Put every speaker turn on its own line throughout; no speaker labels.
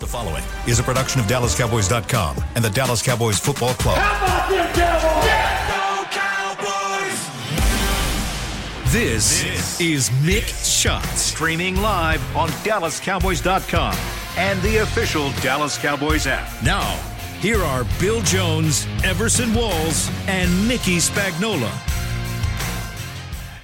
following is a production of DallasCowboys.com and the Dallas Cowboys Football Club.
How about them Cowboys?
This, is Mick Shots.
Streaming live on DallasCowboys.com and the official Dallas Cowboys app.
Now, here are Bill Jones, Everson Walls, and Mickey Spagnola.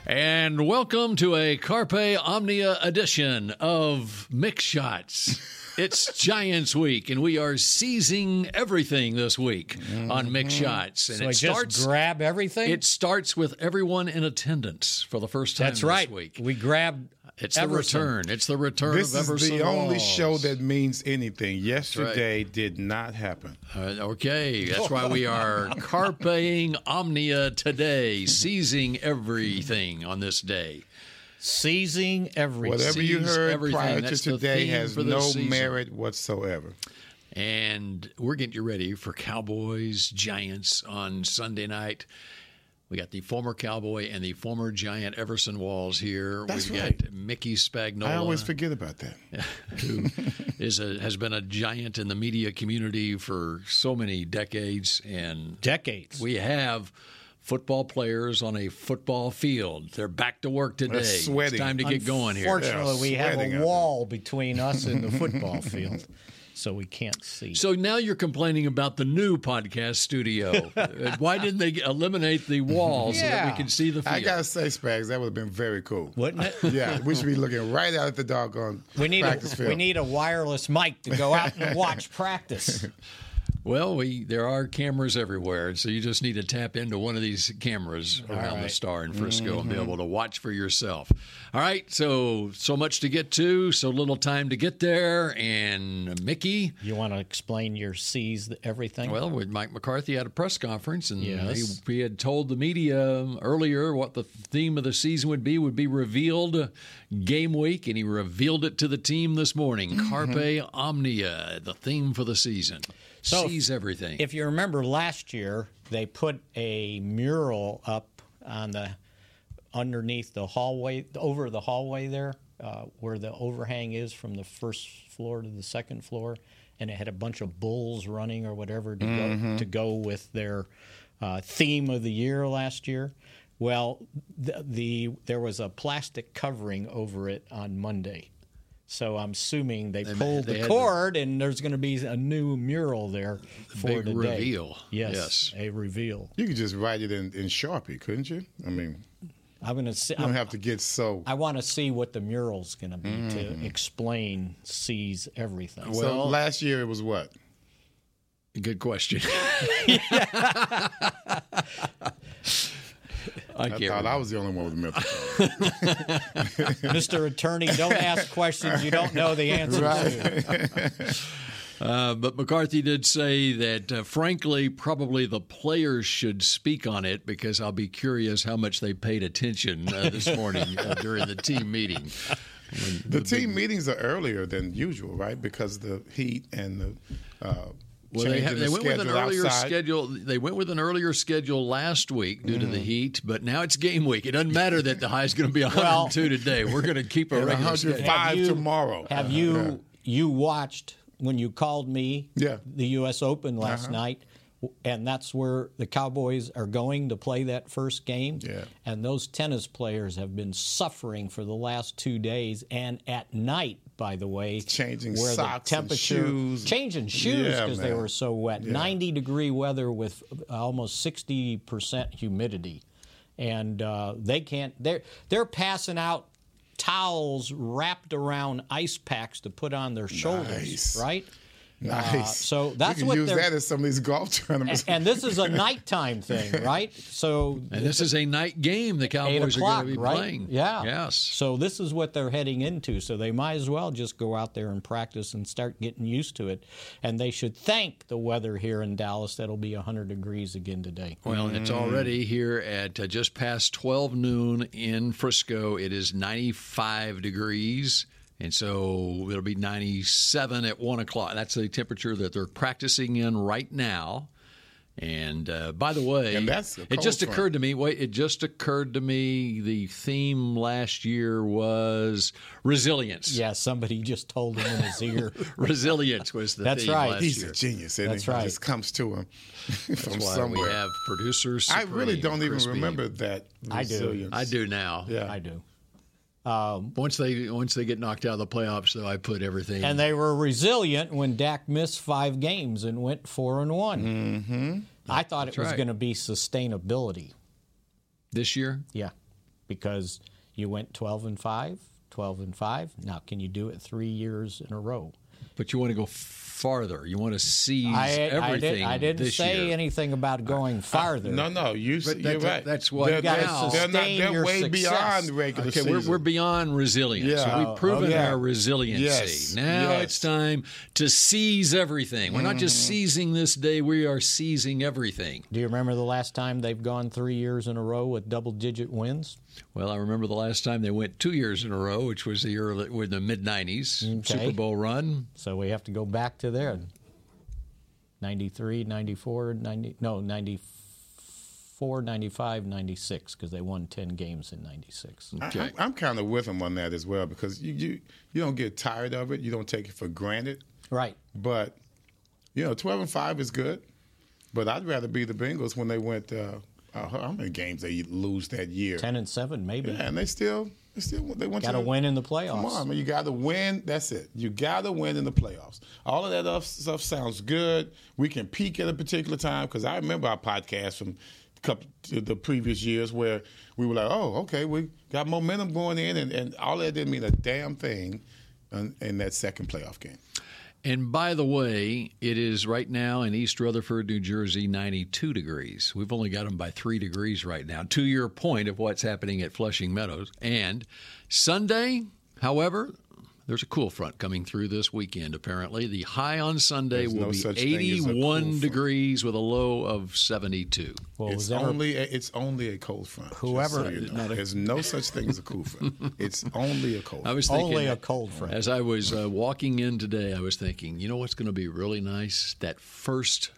And welcome to a Carpe Omnia edition of Mix Shots. It's Giants Week, and we are seizing everything this week on Mix Shots. And
Mm-hmm. So
it
I just
starts
grab everything.
it starts with everyone in attendance for the first time
that's
this
right.
week.
We grabbed.
It's
Everson.
the return. It's the return
This
of
is
Everson
the only
Walls.
show that means anything.
right.
Yesterday did not happen.
Uh, okay, that's why we are carpeing omnia today, seizing everything on this day.
seizing everything.
Whatever you
Sees
heard
everything.
prior
That's
to
the
today
theme
has
for this
no
season.
merit whatsoever.
And we're getting you ready for Cowboys Giants on Sunday night. We got the former Cowboy and the former Giant Everson Walls here.
That's
We've
right.
got Mickey Spagnola.
I always forget about that.
is a, has been a giant in the media community for so many decades, and
Decades.
we have football players on a football field. They're back to work today.
sweating.
It's time to get going here.
Fortunately, we have
sweating out
a
there.
wall between us and the football field, so we can't see.
So now you're complaining about the new podcast studio. Uh, Why didn't they eliminate the wall so that
Yeah.
we can see the field?
I gotta say, Spags, that would have been very cool.
wouldn't it?
Yeah, we should be looking right out at the doggone
We need
practice
a,
field.
we need a wireless mic to go out and watch practice.
Well, we there are cameras everywhere, so you just need to tap into one of these cameras around the star in Frisco and be able to watch for yourself. All right, so so much to get to, so little time to get there, and Mickey.
You want to explain your seize everything?
Well, with Mike McCarthy at a press conference, and
Yes.
he, he had told the media um, earlier what the theme of the season would be would be revealed uh, game week, and he revealed it to the team this morning.
Mm-hmm.
Carpe omnia, the theme for the season.
So if-
Seize everything.
if you remember last year, they put a mural up on the underneath the hallway, over the hallway there, uh, where the overhang is from the first floor to the second floor, and it had a bunch of bulls running or whatever to go to go with their uh, theme of the year last year. Well, the, the there was a plastic covering over it on Monday. So I'm assuming they, pulled
they had
the
the-
cord, and there's going to be a new mural there for
big
today.
reveal.
Yes,
Yes.
a reveal.
you could just write it in, in Sharpie, couldn't you? I mean,
I'm going to see.
you don't
I'm,
have to get so.
I want to see what the mural's going to be
Mm.
to explain sees everything.
so last year it was what?
Good question. I
I
can't.
thought
remember.
I was the only one with a Memphis.
Mr. Attorney, don't ask questions you don't know the answer to.
Uh, but McCarthy did say that, uh, frankly, probably the players should speak on it because I'll be curious how much they paid attention uh, this morning uh, during the team meeting.
The team meetings are earlier than usual, right? Because the heat and the. Uh,
Well, they,
change
ha-
in
they
the
went with an
schedule
earlier
outside.
schedule. They went with an earlier schedule last week due
Mm.
to the heat, but now it's game week. It doesn't matter that the high is going to be 102 today. We're going to keep a
And
regular schedule.
105
Have you-
tomorrow. Uh-huh.
Have you you watched when you called me?
Yeah. Uh-huh.
The U.S. Open last night, w- and that's where the Cowboys are going to play that first game.
Yeah.
And those tennis players have been suffering for the last two days, and at night, by the way,
Changing
where
socks
the
and
temperature,
shoes.
changing shoes
Yeah,
because they
man.
were so wet. Ninety degree weather with almost sixty percent humidity, and uh, they can't. They're they're passing out towels wrapped around ice packs to put on their shoulders,
Nice.
right? Uh,
Nice.
so that's
you can
what
use
they're-
that at some of these golf tournaments.
And this is a nighttime thing, right? So
And this is a night game the
eight
Cowboys are
o'clock,
going to be
right?
playing.
Yeah.
Yes.
So this is what they're heading into. So they might as well just go out there and practice and start getting used to it. And they should thank the weather here in Dallas. That'll be 100 degrees again today.
Well, it's
Mm.
already here at uh, just past 12 noon in Frisco. It is 95 degrees. And so it'll be 97 at 1 o'clock. That's the temperature that they're practicing in right now. And uh, by the way,
And that's a
it
cold
just
front.
occurred to me. Wait, it just occurred to me. The theme last year was resilience.
Yeah, somebody just told him in his ear.
resilience was the
That's
theme
right.
last
He's
year.
a genius, and
That's
it It
right.
just comes to him from
Why
somewhere.
we have producers.
I really don't even
Crispy.
remember that.
I do.
resilience.
I do now.
Yeah.
I do.
Once they once they get knocked out of the playoffs, though, I put everything.
And they were resilient when Dak missed five games and went four and one. Mm-hmm. I thought it was
right.
going to be sustainability.
this year,
Yeah, because you went 12 and 5, 12 and 5. Now, can you do it three years in a row?
but you want to go farther. You want to seize
I, I, did,
everything.
I didn't
this
say
year.
anything about going farther.
No, no, you,
But
you're
that-
right.
that's what-
they're,
You gotta
they're, they're not.
sustain
They're
your
way
success.
beyond regular
Okay,
season.
we're, we're beyond resilience.
Yeah.
We've proven
okay.
our resiliency.
Yes,
Now
yes.
it's time to seize everything. We're not just seizing this day, we are seizing everything.
Do you remember the last time they've gone three years in a row with double digit wins?
Well, I remember the last time they went two years in a row, which was the early, with the mid 90s
Okay.
Super Bowl run.
So we have to go back to there. 93, 94, 90, no, 94, 95, 96, because they won 10 games in 96.
I- I'm, I'm kind of with him on that as well because you, you you don't get tired of it. You don't take it for granted.
Right.
But you know, twelve and five is good. But I'd rather be the Bengals when they went. Uh, uh, how many games they lose that year?
10 and 7, maybe.
Yeah, and they still, they still, they went.
Got
to
to win in the playoffs.
Come on, man! You got to win. That's it. You got to win in the playoffs. All of that other stuff sounds good. We can peak at a particular time because I remember our podcast from a couple the previous years where we were like, "Oh, okay, we got momentum going in," and, and all that didn't mean a damn thing in, in that second playoff game.
And by the way, it is right now in East Rutherford, New Jersey, 92 degrees. We've only got them by three degrees right now, to your point of what's happening at Flushing Meadows. And Sunday, however, there's a cool front coming through this weekend, apparently. The high on Sunday
There's
will
no
be
such thing as a cool
81
front.
degrees with a low of 72.
Well,
it's
was ever-
only a, it's only a cold front. just so
Whoever-
you know. there's no such thing as a cool front. It's only a cold.
I
front.
was thinking,
only a cold front.
As I was uh, walking in today, I was thinking, you know what's going to be really nice? That first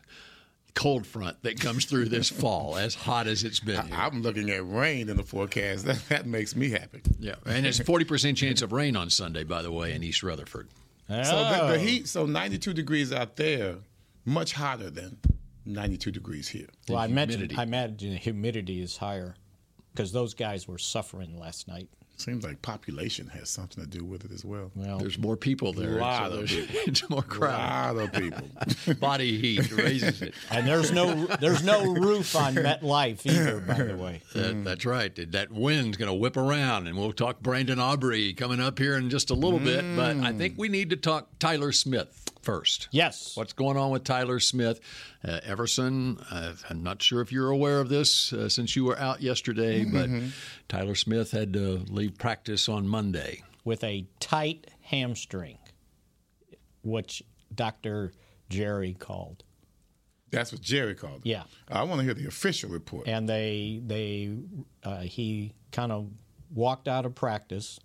cold front that comes through this fall, as hot as it's been. here.
I'm looking at rain in the forecast. That, that makes me happy.
Yeah, and it's forty percent chance of rain on Sunday, by the way, in East Rutherford.
So the, the heat, so 92 degrees out there, much hotter than 92 degrees here.
Well, I imagine,
humidity.
I imagine the humidity is higher because those guys were suffering last night.
Seems like population has something to do with it as well.
Well,
There's more people there.
Lot
so
of
there's- it's more
A
crowded.
lot of people.
Body heat raises it.
and there's no there's no roof on MetLife either, by the way.
That, that's right. That wind's going to whip around, and we'll talk Brandon Aubrey coming up here in just a little bit. But I
Mm.
think we need to talk Tyler Smith first.
Yes.
What's going on with Tyler Smith? Uh, Everson, uh, I'm not sure if you're aware of this uh, since you were out yesterday,
Mm-hmm.
but Tyler Smith had to leave practice on Monday.
With a tight hamstring, which Dr. Jerry called.
That's what Jerry called it.
Yeah.
I want to hear the official report.
and they they uh, he kind of walked out of practice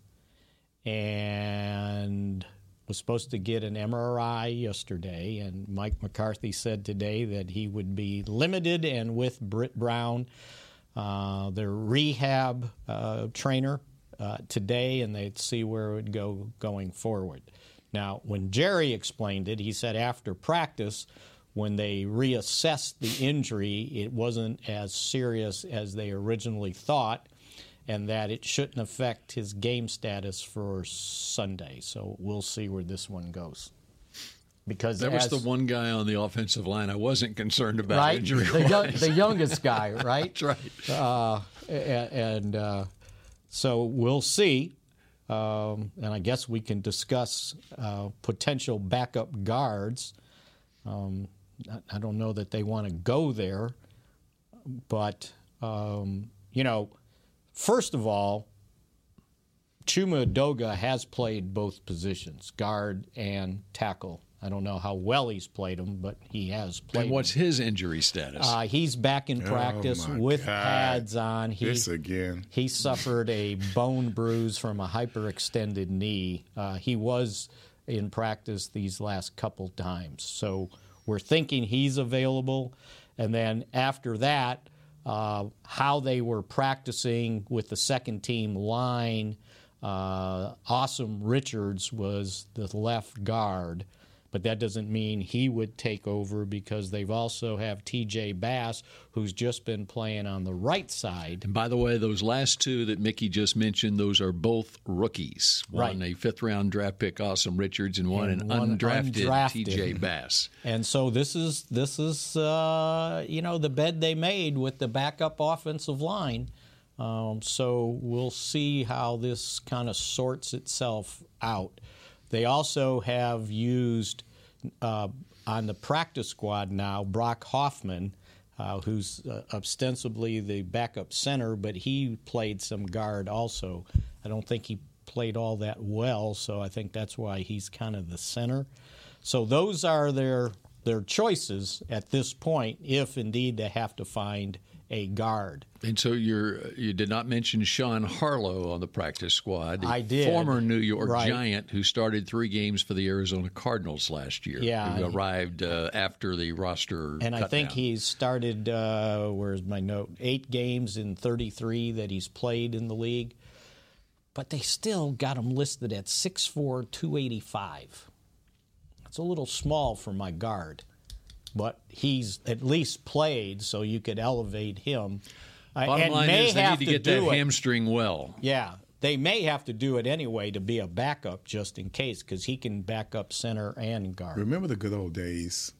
and was supposed to get an MRI yesterday and Mike McCarthy said today that he would be limited and with Britt Brown uh, their rehab uh, trainer uh, today and they'd see where it would go going forward. Now, when Jerry explained it, he said after practice, when they reassessed the injury, it wasn't as serious as they originally thought, and that it shouldn't affect his game status for Sunday. So we'll see where this one goes. Because
That was
as-
the one guy on the offensive line I wasn't concerned about
right?
injury.
The, young, the youngest guy, right? That's
right.
Uh, a- and uh, so we'll see. Um, and I guess we can discuss uh, potential backup guards. Um, I, I don't know that they want to go there, but um, you know, first of all, Chuma Doga has played both positions, guard and tackle. I don't know how well he's played them, but he has played.
And what's his injury status?
Uh, he's back in practice
Oh, my
with
God.
pads on. He,
This again.
He suffered a bone bruise from a hyperextended knee. Uh, he was in practice these last couple times, so we're thinking he's available. And then after that, uh, how they were practicing with the second team line. Uh, awesome Richards was the left guard, but that doesn't mean he would take over because they've also have T.J. Bass, who's just been playing on the right side.
And by the way, those last two that Mickey just mentioned, those are both rookies. One
Right.
a fifth round draft pick, Awesome Richards, and one
And
an
one
undrafted,
undrafted.
TJ Bass.
And so this is this is uh, you know the bed they made with the backup offensive line. Um, so we'll see how this kind of sorts itself out. They also have used uh, on the practice squad now Brock Hoffman, uh, who's uh, ostensibly the backup center, but he played some guard also. I don't think he played all that well, so I think that's why he's kind of the center. So those are their their choices at this point, if indeed they have to find a guard.
And so you're you did not mention Sean Harlow on the practice squad. the
I did.
Former New York
Right.
Giant who started three games for the Arizona Cardinals last year.
Yeah.
Who arrived uh, after the roster.
And I
cut
think
down.
he's started. Uh, where's my note? Eight games in 33 that he's played in the league, but they still got him listed at 6'4", 285. It's a little small for my guard, but he's at least played, so you could elevate him. I-
Bottom
and
line
may
is they
have
need to get
do
that
it.
hamstring well.
Yeah, they may have to do it anyway to be a backup just in case because he can back up center and guard.
Remember the good old days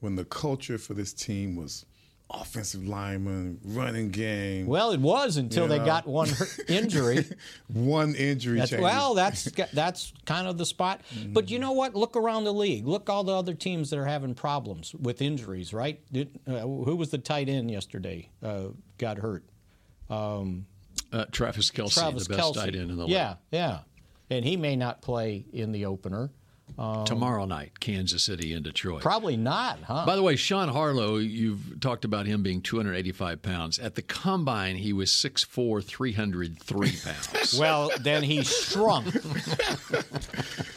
when the culture for this team was offensive lineman, running game,
Well, it was until they got one hurt- injury.
one injury
That's,
change.
well, that's that's kind of the spot.
Mm-hmm.
But you know what? Look around the league. Look all the other teams that are having problems with injuries. Right? Did, uh, who was the tight end yesterday? Uh, got hurt.
Uh, Travis Kelsey,
Travis
the best
Kelce.
tight end in the
yeah, yeah. And he may not play in the opener.
league. Tomorrow night, Kansas City and Detroit.
Probably not, huh?
By the way, Sean Harlow, you've talked about him being 285 pounds. At the combine, he was 6'4, 303 pounds.
well, then he shrunk.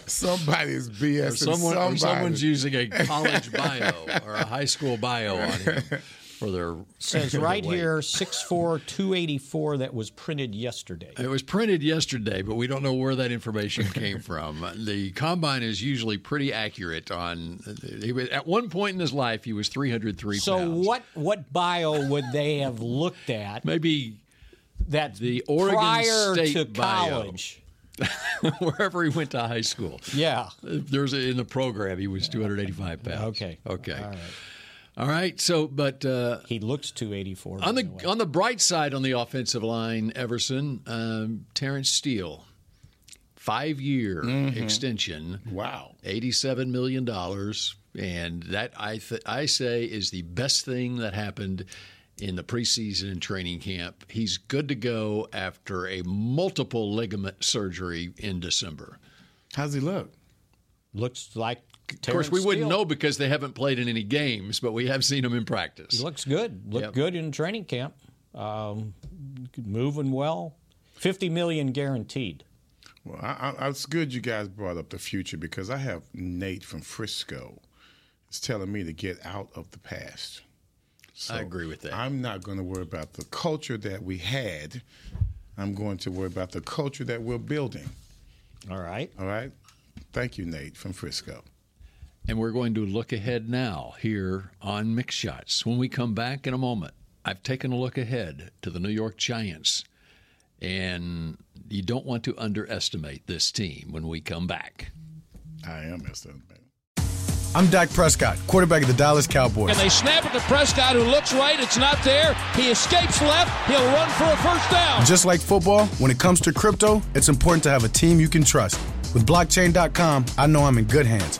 Somebody's BS.
Or someone, or
somebody.
someone's using a college bio or a high school bio on him for their.
says
for their
right
weight.
here 64 284 that was printed yesterday
It was printed yesterday, but we don't know where that information came from. The combine is usually pretty accurate on. He was, at one point in his life, he was 303
so
pounds.
what what bio would they have looked at
Maybe
that
The Oregon
prior
State
to
bio.
college
wherever he went to high school.
yeah
There's a, in the program he was 285 pounds.
Okay.
Okay. All right. So, but uh,
he looks 284
on
by
the
way.
on the bright side on the offensive line, Everson, um, Terrence Steele, five year
Mm-hmm.
extension,
wow.
eighty seven million dollars, and that I th- I say is the best thing that happened. In the preseason and training camp, he's good to go after a multiple ligament surgery in December.
How's he look?
looks like
Of course, we wouldn't know because they haven't played in any games, but we have seen them in practice.
he looks good looked good in training camp um, moving well 50 million guaranteed
Well, I, I, it's good you guys brought up the future because I have Nate from Frisco. is telling me to get out of the past. So
I agree with that.
I'm not going to worry about the culture that we had. I'm going to worry about the culture that we're building.
all right
All right. Thank you, Nate from Frisco.
And we're going to look ahead now here on Mix Shots. When we come back in a moment, I've taken a look ahead to the New York Giants, and you don't want to underestimate this team when we come back.
I am Mr. Man.
I'm Dak Prescott, quarterback of the Dallas Cowboys.
They snap it to Prescott, who looks right. It's not there. He escapes left. He'll run for a first down.
Just like football, when it comes to crypto, it's important to have a team you can trust. With blockchain.com, I know I'm in good hands.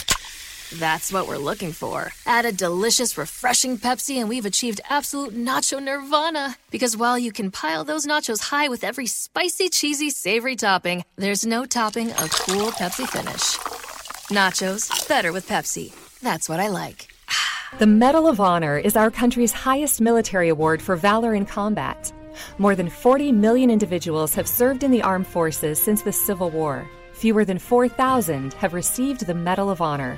That's what we're looking for. Add a delicious, refreshing Pepsi, and we've achieved absolute nacho nirvana. Because while you can pile those nachos high with every spicy, cheesy, savory topping, there's no topping a cool Pepsi finish. Nachos, better with Pepsi. That's what I like.
The Medal of Honor is our country's highest military award for valor in combat. More than 40 million individuals have served in the armed forces since the Civil War. Fewer than 4,000 have received the Medal of Honor.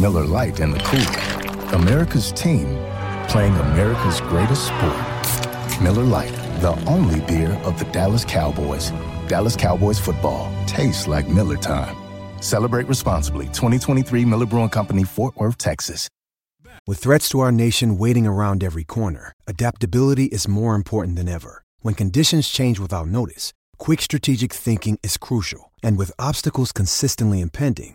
Miller Lite in the cooler. America's team playing America's greatest sport. Miller Lite, the only beer of the Dallas Cowboys. Dallas Cowboys football tastes like Miller time. Celebrate responsibly. 2023 Miller Brewing Company, Fort Worth, Texas.
With threats to our nation waiting around every corner, adaptability is more important than ever. When conditions change without notice, quick strategic thinking is crucial. And with obstacles consistently impending,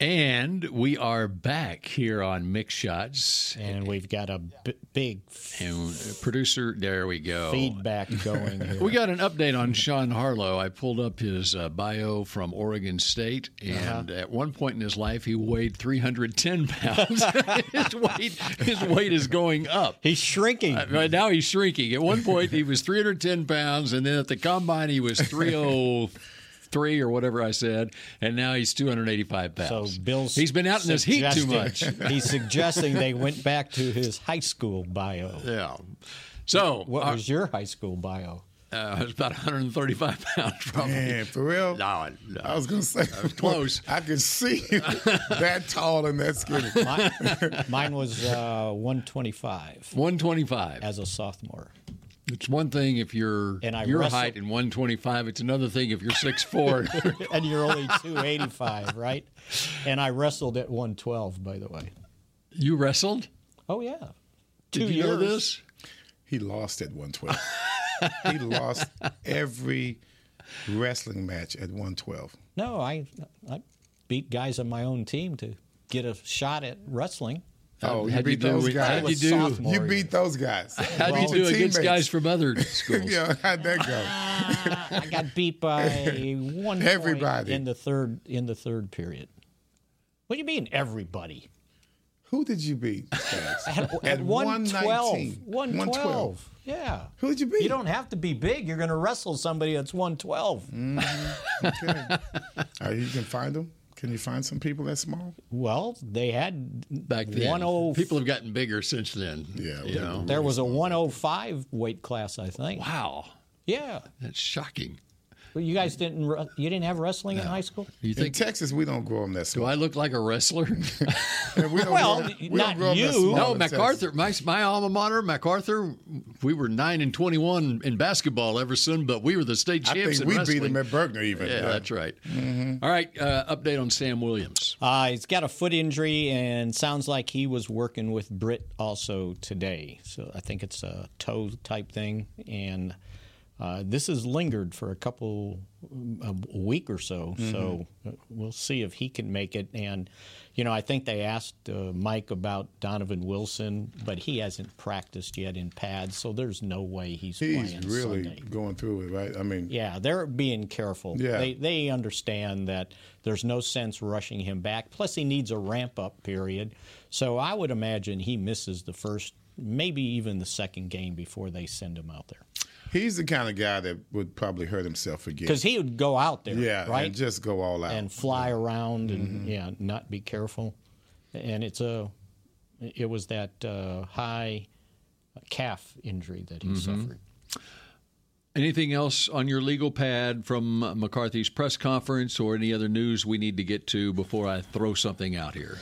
And we are back here on Mix Shots.
And we've got a b- big
And producer, there we go.
feedback going here.
We got an update on Sean Harlow. I pulled up his uh, bio from Oregon State,
Uh-huh.
and at one point in his life, he weighed 310 pounds. his weight, his weight is going up.
He's shrinking.
Right now, he's shrinking. At one point, he was 310 pounds, and then at the combine, he was 303 or whatever I said, and now he's 285
so
pounds.
Bill's
he's been out in this heat too much.
suggesting- he's suggesting they went back to his high school bio.
Yeah. So
What
uh,
was your high school bio?
uh, it was about 135 pounds, probably.
Man, for real?
No, no.
I was gonna say
was close.
I could see you that tall and that skinny.
Mine, mine was uh, 125
125.
as a sophomore.
It's one thing if you're
And I
your
wrestle-
height and 125. It's another thing if you're 6'4".
And you're only 285, right? And I wrestled at 112, by the way.
you wrestled?
Oh, yeah.
Did
Two
you know
years.
this?
He lost at 112. he lost every wrestling match at 112.
No, I, I beat guys on my own team to get a shot at wrestling.
Oh, you
how'd you
beat
do
those
it?
guys.
How'd you
was
do-
sophomore
You
year.
beat those guys.
How do you do against guys from other schools?
yeah, how'd that go?
I got beat by one point
Everybody.
in the third in the third period. What do you mean everybody?
Who did you beat? guys?
At, at, 112.
119.
112. Yeah.
Who did you beat?
You don't have to be big. You're going to wrestle somebody that's 112.
Mm.
Are you can find them? Can you find some people that small?
Well, they had
Back then,
10
people have gotten bigger since then.
oh Yeah,
you know.
There was a 105 weight class, I think.
Wow,
Yeah.
that's shocking.
Well, you guys didn't re- you didn't have wrestling in high school?
You
In
think?
Texas, we don't grow them that
Do
small.
I look like a wrestler?
And we don't
Well,
grow 'em- we don't
not
grow 'em that
you.
small
No,
in Texas.
MacArthur, my, my alma mater, MacArthur. We were nine and twenty-one in basketball, Everson, but we were the state
I
champs.
think
in
we
wrestling.
beat him at Bergner even.
Yeah, that's right. All right, uh, update on Sam Williams.
Uh, he's got a foot injury and sounds like he was working with Britt also today. So I think it's a toe type thing. And uh, this has lingered for a couple, a week or so. So uh, we'll see if he can make it. And, you know, I think they asked uh, Mike about Donovan Wilson, but he hasn't practiced yet in pads. So there's no way he's,
He's
playing
really
Sunday.
going through it, right? I mean,
Yeah, they're being careful.
Yeah.
They, they understand that there's no sense rushing him back. Plus, he needs a ramp up period. So I would imagine he misses the first, maybe even the second game before they send him out there.
he's the kind of guy that would probably hurt himself again.
Because he would go out there,
Yeah, Mm-hmm.
right?
and just go all out.
and fly around and, yeah, not be careful. and it's a it was that uh, high calf injury that he
Mhm.
Mm-hmm.
suffered.
Anything else on your legal pad from McCarthy's press conference or any other news we need to get to before I throw something out here?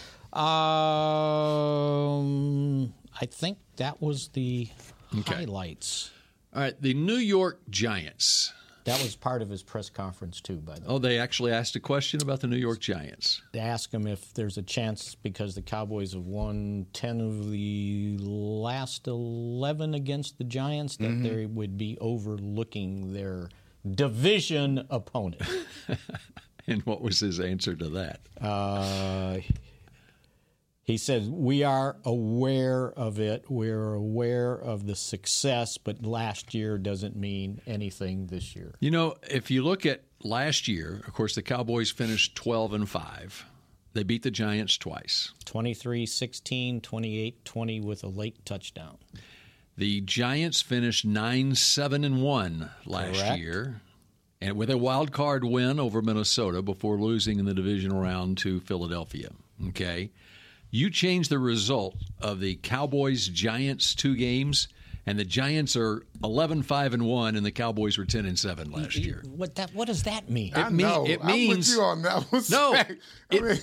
Um, I think that was the highlights.
All right, the New York Giants.
That was part of his press conference too, by the way.
Oh, they actually asked a question about the New York Giants.
They ask him if there's a chance because the Cowboys have won ten of the last eleven against the Giants that
Mhm.
they would be overlooking their division opponent.
And what was his answer to that?
Uh, he says, We are aware of it. We're aware of the success, but last year doesn't mean anything this year.
You know, if you look at last year, of course, the Cowboys finished 12 and 5. They beat the Giants twice.
23 16, 28 20 with a late touchdown.
The Giants finished 9 7 and 1 last
Correct.
year. And with a wild card win over Minnesota before losing in the division round to Philadelphia. Okay. You change the result of the Cowboys Giants two games, and the Giants are 11 5 and 1, and the Cowboys were 10 and 7 last year.
What, that, what does that mean?
It mean- it means No, it,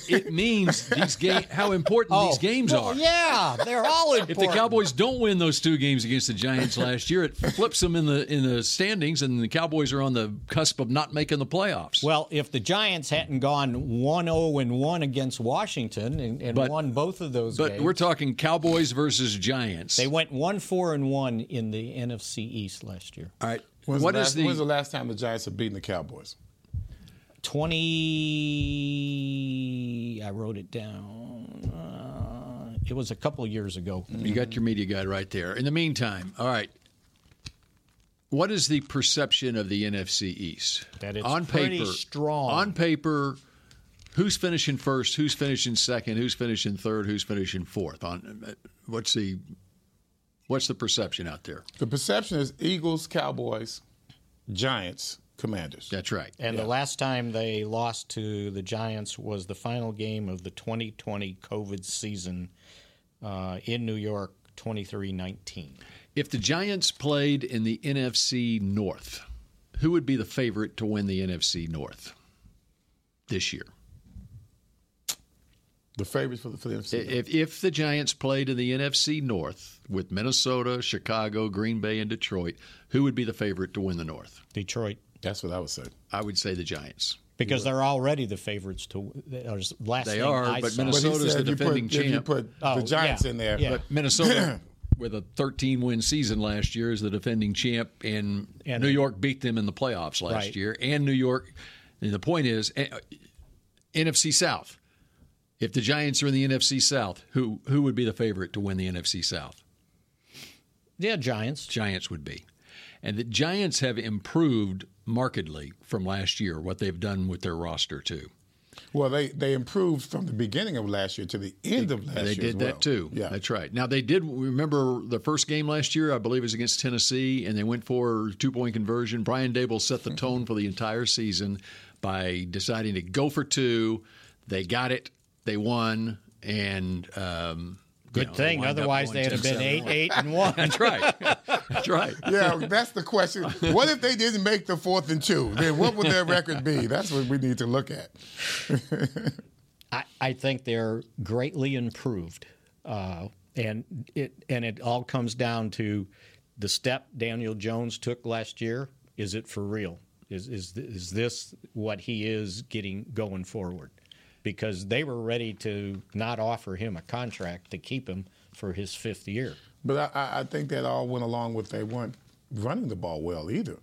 it means these game how important these games
Oh. well,
are.
yeah, they're all
If the
important.
Cowboys don't win those two games against the Giants last year, it flips them in the in the standings, and the Cowboys are on the cusp of not making the playoffs.
Well, if the Giants hadn't gone 1 0 and 1 against Washington and, and
But-
won both of those
But
games,
we're talking Cowboys versus Giants.
they went 1 4 and 1 in the NFC East last year.
All right.
When's,
What
the
is
last,
the-
when's the last time the Giants have beaten the Cowboys?
20 i wrote it down uh, it was a couple of years ago
You got your media guide right there. In the meantime, all right. What is the perception of the NFC East? That
it's
on
pretty
paper,
strong.
On paper, who's finishing first? Who's finishing second? Who's finishing third? Who's finishing fourth? On uh, what's the what's the perception out there?
The perception is Eagles, Cowboys, Giants, Commanders.
That's right.
and the last time they lost to the giants was the final game of the 2020 covid season uh, in new york 23-19
If the Giants played in the NFC North, who would be the favorite to win the NFC North this year?
The favorites for the for the NFC.
If, if the Giants played in the NFC North with Minnesota, Chicago, Green Bay, and Detroit, who would be the favorite to win the North?
detroit
That's what I would say.
I would say the Giants.
because they're already the favorites to or last
They
thing
are,
I
but
saw.
Minnesota's
said
the
if you put-
defending
if you
champ.
put the Oh, Giants yeah. in there, Yeah.
But Minnesota, with a 13 win season last year, is the defending champ, and,
And-
New York beat them in the playoffs last
Right.
year. And New York, and the point is, eh, NFC South. If the Giants are in the NFC South, who who would be the favorite to win the NFC South?
yeah giants
Giants would be. And the Giants have improved markedly from last year, what they've done with their roster, too.
Well, they, they improved from the beginning of last year to the end of last
they
year.
did
as well.
that, too.
Yeah.
That's right. Now, they did remember the first game last year, I believe, it was against Tennessee, and they went for two point conversion. Brian Dable set the tone for the entire season by deciding to go for two. They got it, they won, and. Um, you
good
know,
thing
wound up
otherwise
going
they would have been
10-7.
8 8 and 1
That's right. That's right.
Yeah, that's the question. What if they didn't make the fourth and two? Then what would their record be? That's what we need to look at.
I, I think they're greatly improved, uh, and it and it all comes down to the step Daniel Jones took last year. Is it for real? Is is is this what he is getting going forward? Because they were ready to not offer him a contract to keep him for his fifth year.
But I- I, I think that all went along with they weren't running the ball well either.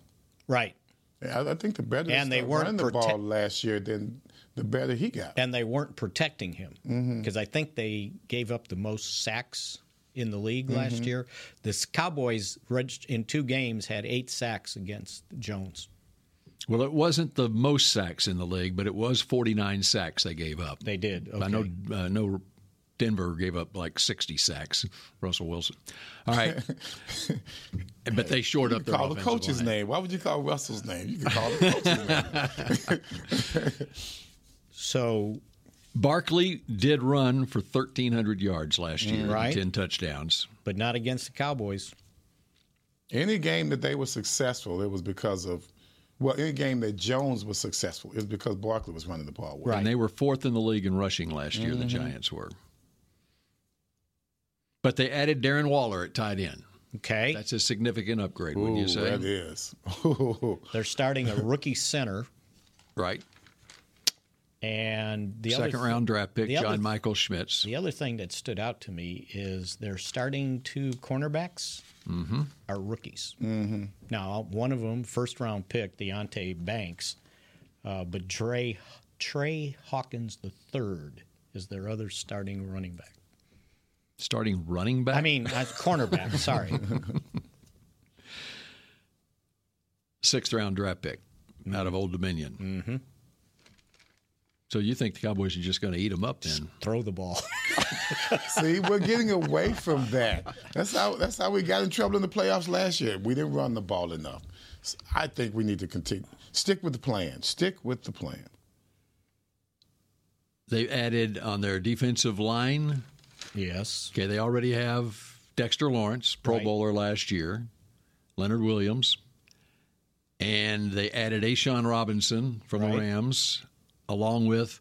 Right.
I, I think the better
And they
started
weren't
running the
prote-
ball last year, then the better he got.
and they weren't protecting him because I think they gave up the most sacks in the league last
Mhm.
year. The Cowboys reg- in two games had eight sacks against Jones.
Well, it wasn't the most sacks in the league, but it was 49 sacks they gave up.
They did.
I know, I know Denver gave up like 60 sacks, Russell Wilson. All right. but they shored
You
up
could
their
call the
offensive
coach's
line.
name. Why would you call Russell's name? You could call the coach's name.
So
Barkley did run for 1,300 yards last year,
Right.
10 touchdowns.
But not against the Cowboys.
Any game that they were successful, it was because of, well, any game that Jones was successful is because Barkley was running the ball well.
And they were fourth in the league in rushing last year,
Mm-hmm.
the
Mhm.
Giants were. But they added Darren Waller at tight end.
Okay.
That's a significant upgrade, wouldn't you
Ooh,
say?
that is.
They're starting a rookie center
Right.
and the
Second
other
round draft pick,
the other
John Michael Schmitz.
The other thing that stood out to me is they're starting two cornerbacks
Mm-hmm.
are rookies.
Mm-hmm.
Now, one of them, first round pick, Deontay Banks, uh, but Trey, Trey Hawkins III is their other starting running back.
Starting running back?
I mean, uh, cornerback, sorry.
Sixth round draft pick out of Old Dominion. Mm-hmm. So you think the Cowboys are just going to eat them up then?
Throw the ball.
See, we're getting away from that. That's how that's how we got in trouble in the playoffs last year. We didn't run the ball enough. S- I think we need to continue. Stick with the plan. Stick with the plan.
They added on their defensive line.
Yes.
Okay, they already have Dexter Lawrence, Pro
Right.
Bowler last year, Leonard Williams, and they added Ashawn Robinson from the
Right.
Rams, along with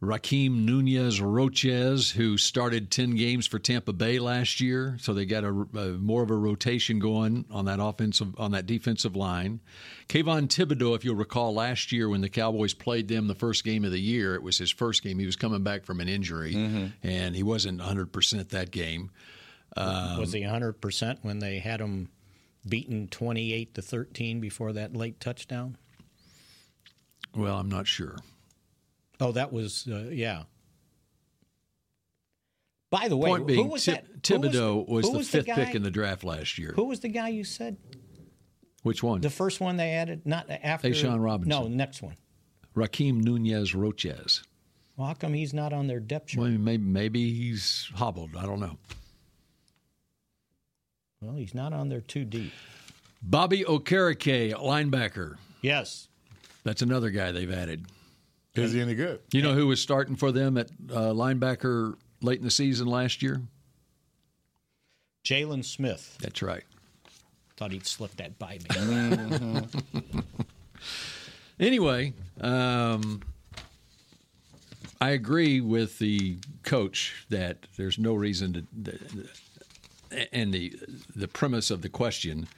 Raheem Nunez Roches, who started 10 games for Tampa Bay last year. So they got a, a- more of a rotation going on that offensive on that defensive line. Kayvon Thibodeau, if you'll recall last year when the Cowboys played them the first game of the year, it was his first game. He was coming back from an injury
Mm-hmm.
and he wasn't 100% that game. Um,
was he 100% when they had him beaten 28 to 13 before that late touchdown?
Well, I'm not sure.
Oh, that was, uh, yeah. By the way,
Point
who
being,
was that? who
Thibodeau was,
who
the fifth
guy-
pick in the draft last year.
Who was the guy you said?
Which one?
The first one they added? Not after.
Tayshaun Robinson.
No, next one.
Raheem Nunez Roches.
Well, how come he's not on their depth chart?
Well, maybe, maybe he's hobbled. I don't know.
Well, he's not on their two deep.
Bobby Okereke, linebacker.
Yes.
That's another guy they've added.
Is he any good?
You know who was starting for them at uh, linebacker late in the season last year?
Jalen Smith.
That's right.
Thought he'd slip that by me.
Anyway, um, I agree with the coach that there's no reason to, and the the premise of the question,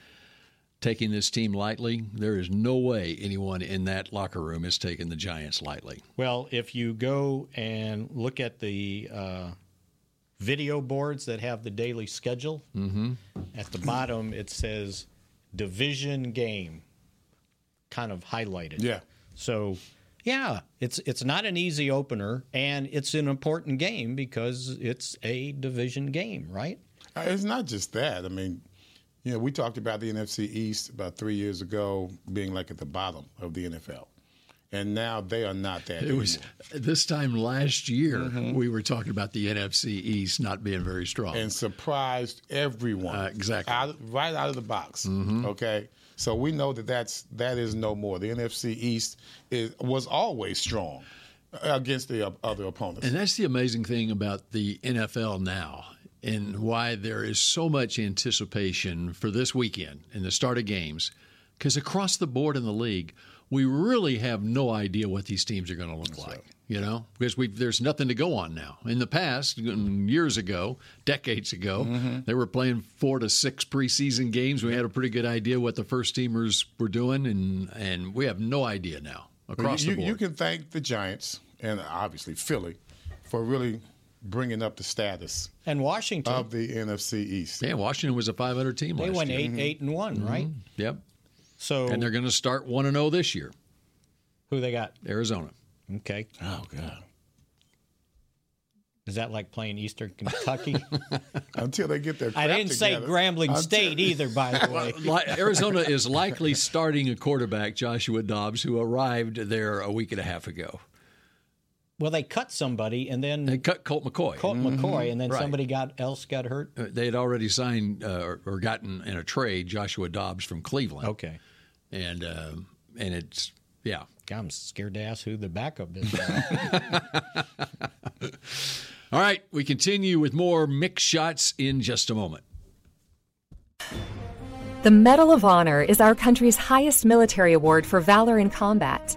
taking this team lightly. There is no way anyone in that locker room is taking the Giants lightly.
Well, if you go and look at the uh, video boards that have the daily schedule,
Mm-hmm.
at the bottom it says division game, kind of highlighted.
Yeah.
So, yeah, it's it's not an easy opener, and it's an important game because it's a division game, right?
Uh, It's not just that. I mean, you know, we talked about the NFC East about three years ago being like at the bottom of the NFL, and now they are not that.
It was
anymore.
this time last year we were talking about the NFC East not being very strong.
and surprised everyone
Uh, exactly. Mm-hmm.
Out- right out of the box. Okay, so we know that that's that is no more. The NFC East is was always strong against the o- other opponents.
And that's the amazing thing about the NFL now and why there is so much anticipation for this weekend and the start of games. Because across the board in the league, we really have no idea what these teams are going to look like. You know, because we there's nothing to go on now. In the past, years ago, decades ago,
Mm-hmm.
they were playing four to six preseason games. We had a pretty good idea what the first teamers were doing, and and we have no idea now
Well,
across
you,
the board.
you- you can thank the Giants and obviously Philly for really bringing up the status
And Washington,
Uh,
of the NFC East.
yeah, Washington was a 500 team
they
last
went
year.
eight eight and one, right?
Yep.
So
Mm-hmm. And they're going to start 1 0 this year,
who they got?
Arizona.
Okay,
Oh God!
is that like playing Eastern Kentucky?
Until they get their
I
crap
didn't say
together.
Grambling
Until-
State either, by the way.
Li- Arizona is likely starting a quarterback, Joshua Dobbs, who arrived there a week and a half ago.
Well, they cut somebody, and then
They cut Colt McCoy.
Colt
Mm-hmm.
McCoy, and then
Right.
somebody got else got hurt.
Uh, They had already signed uh, or- or gotten in a trade Joshua Dobbs from Cleveland.
Okay,
uh, And, um and it's Yeah.
God, I'm scared to ask who the backup is.
All right, we continue with more mix shots in just a moment.
The Medal of Honor is our country's highest military award for valor in combat.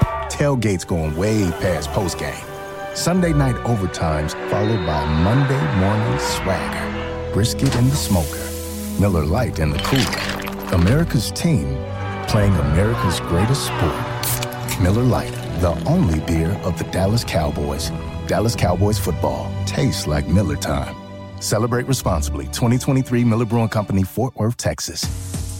Tailgates going way past postgame. Sunday night overtimes followed by Monday morning swagger. Brisket in the smoker. Miller Lite in the cooler. America's team playing America's greatest sport. Miller Lite, the only beer of the Dallas Cowboys. Dallas Cowboys football tastes like Miller time. Celebrate responsibly. 2023 Miller Brewing Company, Fort Worth, Texas.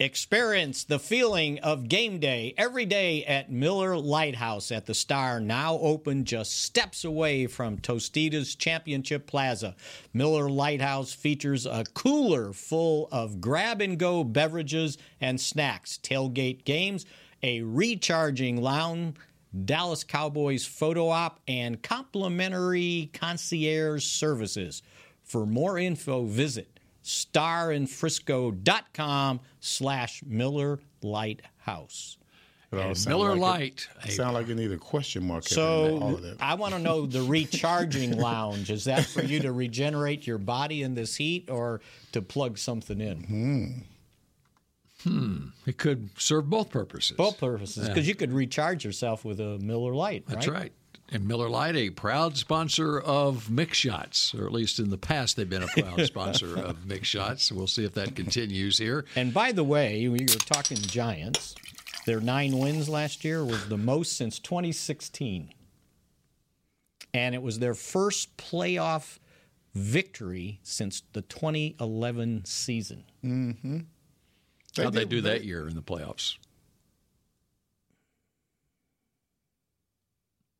Experience the feeling of game day every day at Miller Lighthouse at the Star, now open just steps away from Tostitas Championship Plaza. Miller Lighthouse features a cooler full of grab and go beverages and snacks, tailgate games, a recharging lounge. Dallas Cowboys photo op and complimentary concierge services. For more info, visit starinfrisco.com slash Miller Lighthouse.
It all
And
sound
Miller
like
Lite,
It, sound like you need a question mark. after that, all
So
of that.
I want to know the recharging lounge. Is that for you to regenerate your body in this heat or to plug something in?
Hmm. It could serve both purposes.
Both purposes, because you could recharge yourself with a Miller Lite,
That's right. And Miller Lite, a proud sponsor of Mix Shots, or at least in the past, they've been a proud sponsor of Mix Shots. We'll see if that continues here.
And by the way, we were talking Giants. Their nine wins last year was the most since 2016. And it was their first playoff victory since the 2011 season.
Mm-hmm.
How'd they do that year in the playoffs?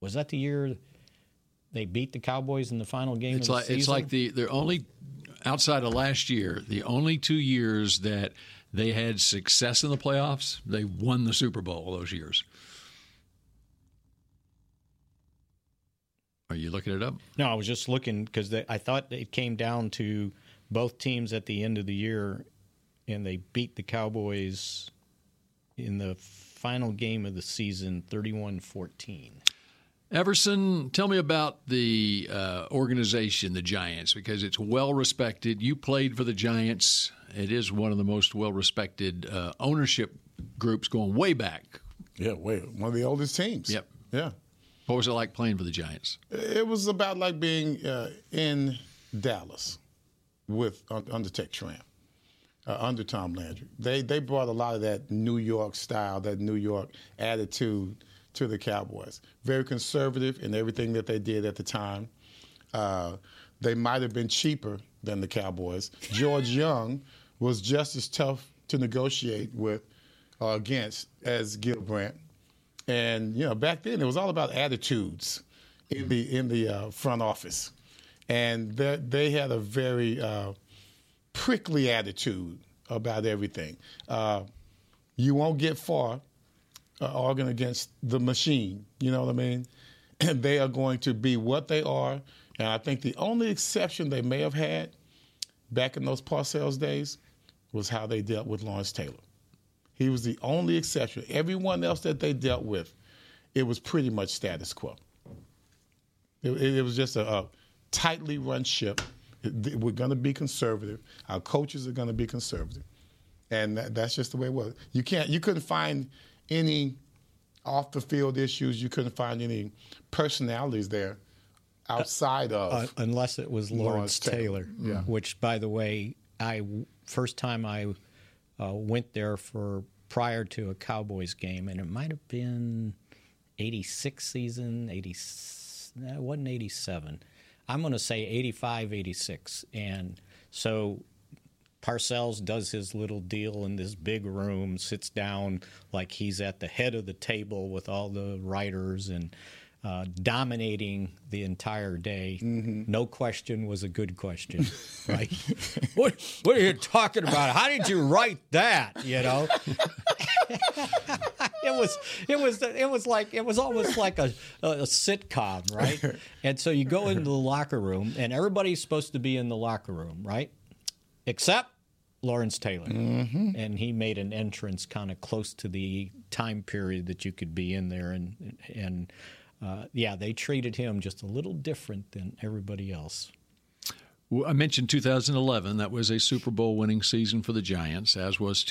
Was that the year they beat the Cowboys in the final game
It's
of the
like
season?
it's like the the only outside of last year, the only two years that they had success in the playoffs, they won the Super Bowl those years. Are you looking it up?
No, I was just looking because I thought it came down to both teams at the end of the year, and they beat the Cowboys in the final game of the season 31 14.
Everson, tell me about the uh, organization, the Giants, because it's well respected. You played for the Giants. It is one of the most well respected uh, ownership groups going way back.
Yeah, way one of the oldest teams.
Yep.
Yeah.
What was it like playing for the Giants?
It was about like uh, being uh, in Dallas with Un- Undertech Tramp. uh, under Tom Landry. They they brought a lot of that New York style, that New York attitude to the Cowboys. Very conservative in everything that they did at the time. Uh, they might have been cheaper than the Cowboys. George Young was just as tough to negotiate with or against as Gil Brandt. And you know, back then it was all about attitudes in the in the uh, front office, and the, they had a very uh, prickly attitude about everything. Uh, you won't get far uh, arguing against the machine. You know what I mean? And they are going to be what they are. And I think the only exception they may have had back in those Parcells days was how they dealt with Lawrence Taylor. He was the only exception. Everyone else that they dealt with, it was pretty much status quo. It, it- it was just a, a tightly run ship. It- th- We're going to be conservative. Our coaches are going to be conservative, and that, that's just the way it was. You can't. You couldn't find any off the field issues. You couldn't find any personalities there outside of
Uh, unless it was Lawrence,
Lawrence Taylor.
Taylor,
Yeah.
which, by the way, I w- first time I uh, went there for prior to a Cowboys game, and it might have been '86 season, '80. No, it wasn't '87. I'm going to say '85, '86, and so Parcells does his little deal in this big room, sits down like he's at the head of the table with all the writers and uh, dominating the entire day. No question was a good question. like, what, what are you talking about? How did you write that? You know? it was it was it was like it was almost like a, a sitcom, right? And so you go into the locker room, and everybody's supposed to be in the locker room, right? Except Lawrence Taylor,
Mm-hmm.
and he made an entrance kind of close to the time period that you could be in there, and and uh, yeah, they treated him just a little different than everybody else.
Well, I mentioned 2011. That was a Super Bowl winning season for the Giants, as was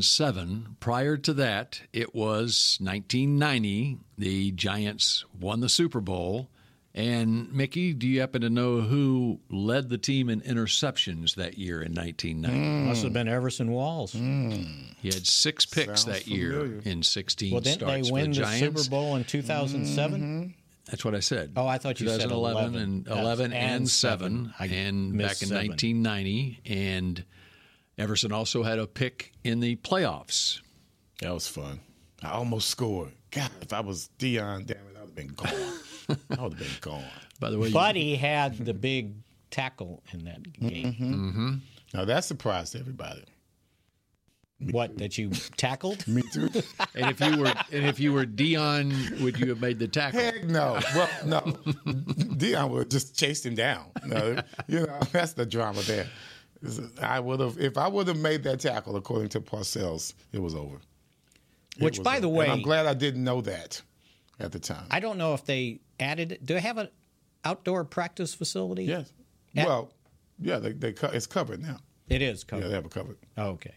2007. Prior to that, it was 1990. The Giants won the Super Bowl. And Mickey, do you happen to know who led the team in interceptions that year in
Mm.
1990?
Must have been Everson Walls.
He had six picks that year in 16
Well, didn't
starts
they
for
win
the
the
Giants.
Super Bowl in 2007?
Mm-hmm.
That's what I said.
Oh, I thought you said
2011
11.
and
That's-
11 and,
and
7 and
missed
back in
seven.
1990 and Everson also had a pick in the playoffs.
That was fun. I almost scored. God, if I was Dion, damn it, I would have been gone. I would have been gone.
By the way, you-
But he had the big tackle in that game.
Mm-hmm. Now that surprised everybody.
What that you tackled?
Me too.
and if you were and if you were Dion, would you have made the tackle?
Heck no. Well, no. Dion would have just chased him down. No, you know that's the drama there. I would have if I would have made that tackle. According to Parcells, it was over. It
Which,
was
by the
over. And
way-
I'm glad I didn't know that at the time.
I don't know if they added. Do they have an outdoor practice facility?
yes.
Yeah.
Well, yeah, they, they co- it's covered now.
it is covered.
Yeah, they have it covered.
Oh, okay,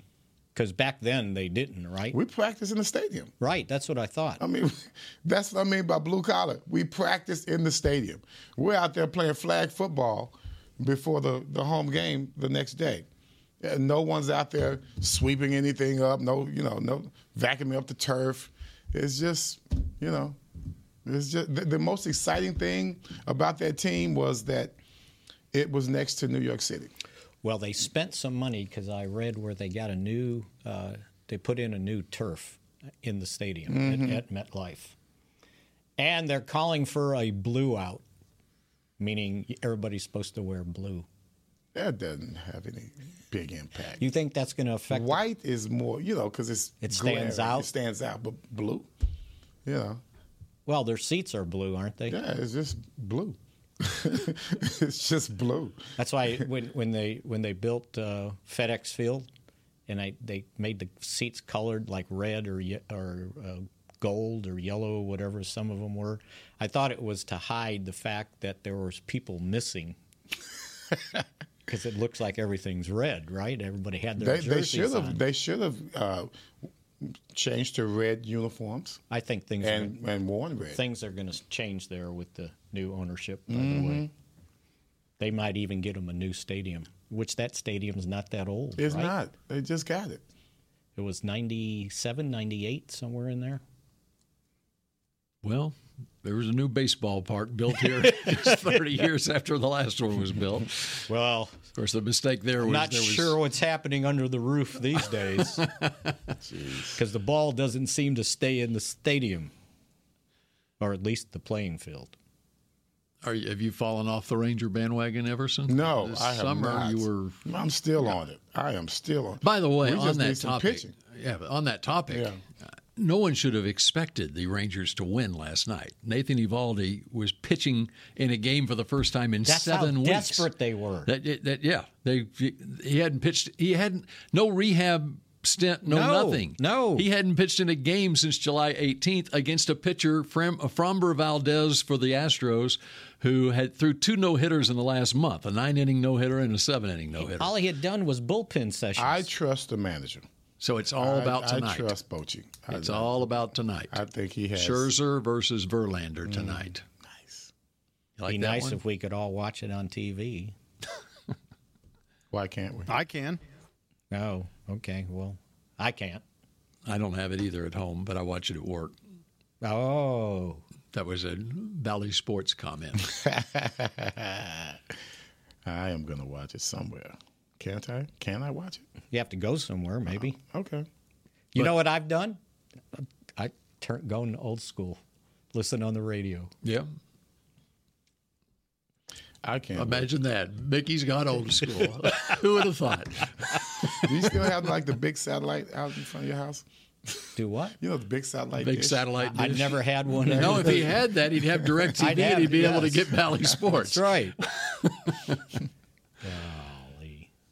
because back then they didn't, right?
We practice in the stadium.
right. That's what I thought.
I mean, that's what I mean by blue collar. We practice in the stadium. We're out there playing flag football before the, the home game the next day. And No one's out there sweeping anything up. No, you know, no vacuuming up the turf. It's just, you know, it's just the, the most exciting thing about that team was that it was next to New York City.
Well, they spent some money because I read where they got a new. Uh, they put in a new turf in the stadium at, at MetLife, and they're calling for a blue out, meaning everybody's supposed to wear blue.
That doesn't have any big impact.
You think that's going to affect? the
White is more, you know, because it's
It stands
glaring.
out.
It stands out, but blue, you know,
Well, their seats are blue, aren't they?
yeah, it's just blue. it's just blue.
That's why when, when they when they built uh, FedEx Field, and I, they made the seats colored like red or ye- or uh, gold or yellow, whatever some of them were. I thought it was to hide the fact that there was people missing. Because it looks like everything's red, right? Everybody had their
They, they
jerseys
should
on.
have. They should have uh, changed to red uniforms
I think things
and and worn
are,
red. Mm-hmm.
things are going to change there with the new ownership. By the way, They might even get them a new stadium, which that stadium's not that old.
It's
right?
not. They just got it.
It was 97, 98, somewhere in there.
Well, there was a new baseball park built here just 30 years after the last one was built.
Well,
of course, the mistake there
I'm
was
not
there was
sure what's happening under the roof these days because the ball doesn't seem to stay in the stadium or at least the playing field.
Are you, have you fallen off the Ranger bandwagon, Everson?
No,
this
I have
summer
not.
you were.
I'm still on it. I am still on.
By the way,
we
on
just need
that
some
topic,
pitching.
yeah, but on that topic, uh, no one should have expected the Rangers to win last night. Nathan Ivaldi was pitching in a game for the first time in
That's how
seven weeks.
desperate they were.
That, that yeah, they he hadn't pitched. He hadn't no rehab stint, no,
No,
nothing.
no.
he hadn't pitched in a game since July 18th against a pitcher from Fromber Valdez for the Astros, who had threw two no hitters in the last month: a nine inning no hitter and a seven inning no hitter.
All he had done was bullpen sessions.
I trust the manager.
So it's all
I-
about
I
tonight.
trust Bochy. I
It's
do.
all about tonight.
I think he has.
Scherzer versus
Mm.
Verlander tonight. nice.
Be
like that
nice
one?
if we could all watch it on TV.
Why can't we?
I can.
Oh, okay. Well, I can't.
I don't have it either at home, but I watch it at work.
Oh,
That was a Valley Sports comment.
I am going to watch it somewhere. Can't I? Can I watch it?
you have to go somewhere, maybe.
Okay.
You know what I've done? I turn going old school, listen on the radio.
yeah.
I can't.
Imagine that. Mickey's got old school. Who would have thought?
Do you still have like the big satellite out in front of your house?
Do what?
You know the big satellite.
Big
dish?
satellite.
I
dish.
never had one.
No, if he had that, he'd have direct TV
I'd
and
have
he'd
it,
be able to
yes.
get Valley Sports.
That's right.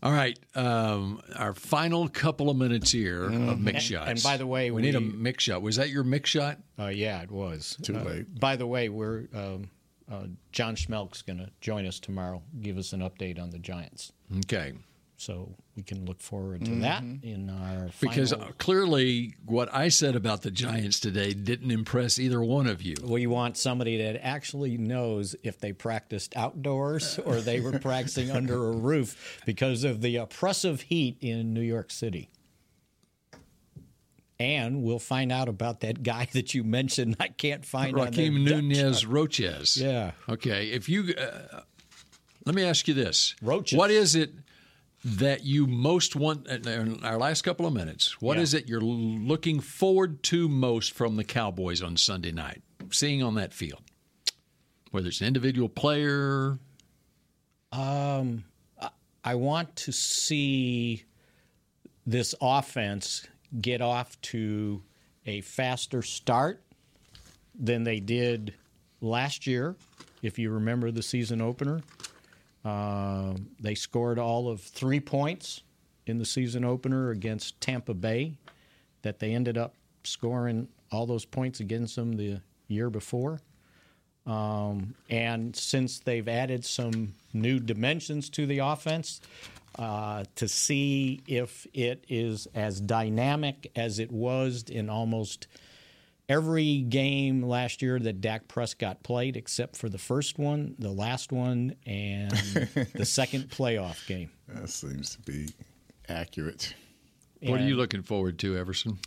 All right. Um, our final couple of minutes here of mix
Mm. And-
shots.
and by the way,
we, need a
we-
mix shot. Was that your mix shot?
Uh, yeah, it was.
Too
Uh,
late.
by the way, we're um, uh, John Schmelk's going to join us tomorrow, give us an update on the Giants,
Okay.
so we can look forward to that in our
Because
final-
uh, clearly, what I said about the Giants today didn't impress either one of you.
we want somebody that actually knows if they practiced outdoors or they were practicing under a roof because of the oppressive heat in New York City. And we'll find out about that guy that you mentioned. I can't find on their
Raheem Nunez Roches.
Yeah.
Okay. If you, uh, let me ask you this:
Roaches.
What is it that you most want uh, in our last couple of minutes? What
Yeah.
is it you're looking forward to most from the Cowboys on Sunday night? Seeing on that field, whether it's an individual player,
Um, I- I want to see this offense get off to a faster start than they did last year. If you remember the season opener, Um they scored all of three points in the season opener against Tampa Bay. That they ended up scoring all those points against them the year before. Um, and since they've added some new dimensions to the offense, uh, to see if it is as dynamic as it was in almost every game last year that Dak Prescott played, except for the first one, the last one, and the second playoff game.
That seems to be accurate.
what are
And-
you looking forward to, Everson?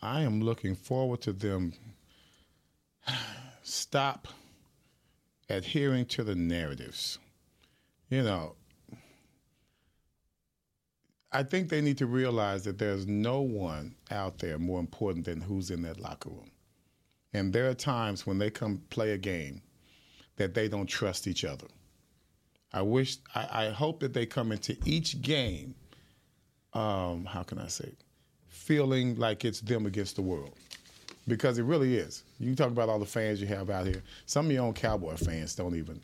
I am looking forward to them stop adhering to the narratives. You know, I think they need to realize that there's no one out there more important than who's in that locker room. And there are times when they come play a game that they don't trust each other. I wish, I, I hope that they come into each game, um, how can I say it? feeling like it's them against the world. Because it really is. You talk about all the fans you have out here. Some of your own cowboy fans don't even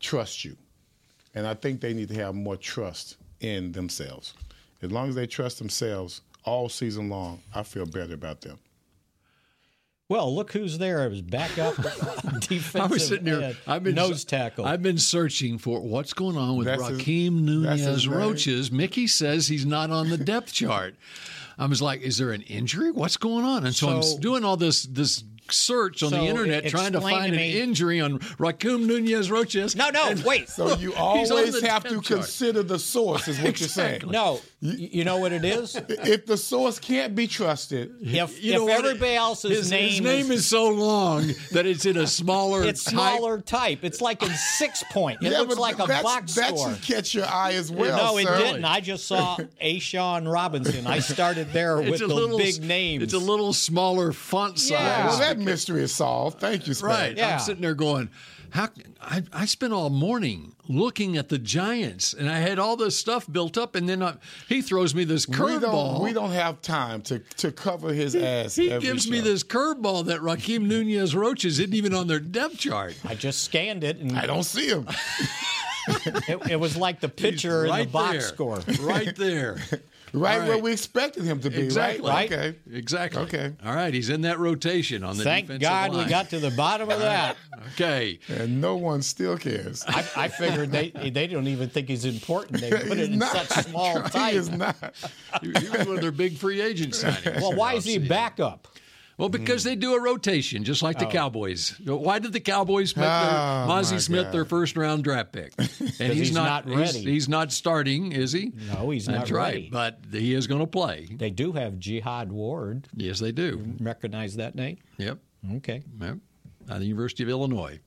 trust you. And I think they need to have more trust in themselves. As long as they trust themselves all season long, I feel better about them.
Well, look who's there. It was backup defensive
I was sitting here.
end,
I've been
nose tackle.
I've been searching for what's going on with
That's his-
Raheem
that's his
Nunez
name.
Roaches. Mickey says he's not on the depth chart. I was like, is there an injury? What's going on? And so, I'm s-
So-
doing all this this search on
So,
the internet
e-
trying to
explain
find an
to me-
injury on Rakim Nunez Roches.
No, no, wait.
So you
He's on
always
the
have to
depth chart.
consider the source, is what you're saying.
No, you, you know what it is.
If the source can't be trusted,
If,
You
if
know what?
everybody else's
his,
name,
his name is, so long that it's in a smaller
it's
type.
smaller type. It's like in six point. It
Yeah,
looks
but
like a
that's-
box
that
score.
should catch your eye as well.
no, it
sir.
didn't. I just saw A. Sean Robinson. I started there
It's
with
a
the
little s-
big names.
It's a little smaller font size.
Yeah.
Well, that mystery is solved. Thank you, Spence.
Right.
Yeah.
I'm sitting there going, how I, I spent all morning looking at the Giants and I had all this stuff built up and then I, he throws me this
We don't,
curveball.
we don't have time to, to cover his ass.
He
every
gives me
show.
this curveball that Raheem Nunez Roaches isn't even on their depth chart.
I just scanned it, and
I don't see him.
it, it was like the picture in the box
there.
score.
Right there.
Right,
All
where
right.
we expected him to be.
Exactly.
Right. Okay.
Exactly.
Okay.
All right. He's in that rotation on the
Thank
defensive
God
line.
we got to the bottom of that.
Okay.
And no one still cares.
I, I figured they they don't even think he's important. They put it in
not.
such small
He
type.
is not.
He he was one of their big free agent signings.
Well, why is he
Offseason.
backup?
Well, because
Mm-hmm.
they do a rotation, just like the
Oh.
Cowboys. Why did the Cowboys make their,
Oh, my
Mozzie Smith
God.
their first round draft pick? And
he's not
he's-
ready.
He's, not starting, is he?
No, he's
That's
not
right.
ready.
But he is going to play.
They do have Jihad Ward.
Yes, they do.
Mm-hmm. Recognize that name?
Yep.
Okay.
Yep. Out of the University of Illinois.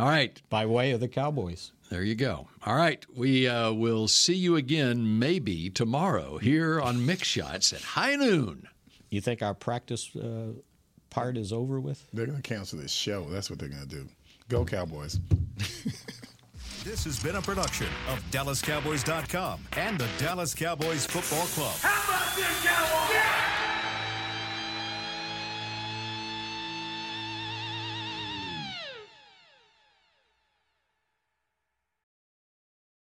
All right.
By way of the Cowboys.
There you go. All right. We uh, will see you again maybe tomorrow here on Mix Shots at high noon.
You think our practice uh, part is over with?
They're going to cancel this show. That's what they're going to do. Go, Cowboys.
This has been a production of DallasCowboys.com and the Dallas Cowboys Football Club.
How about this, Cowboys? Yeah!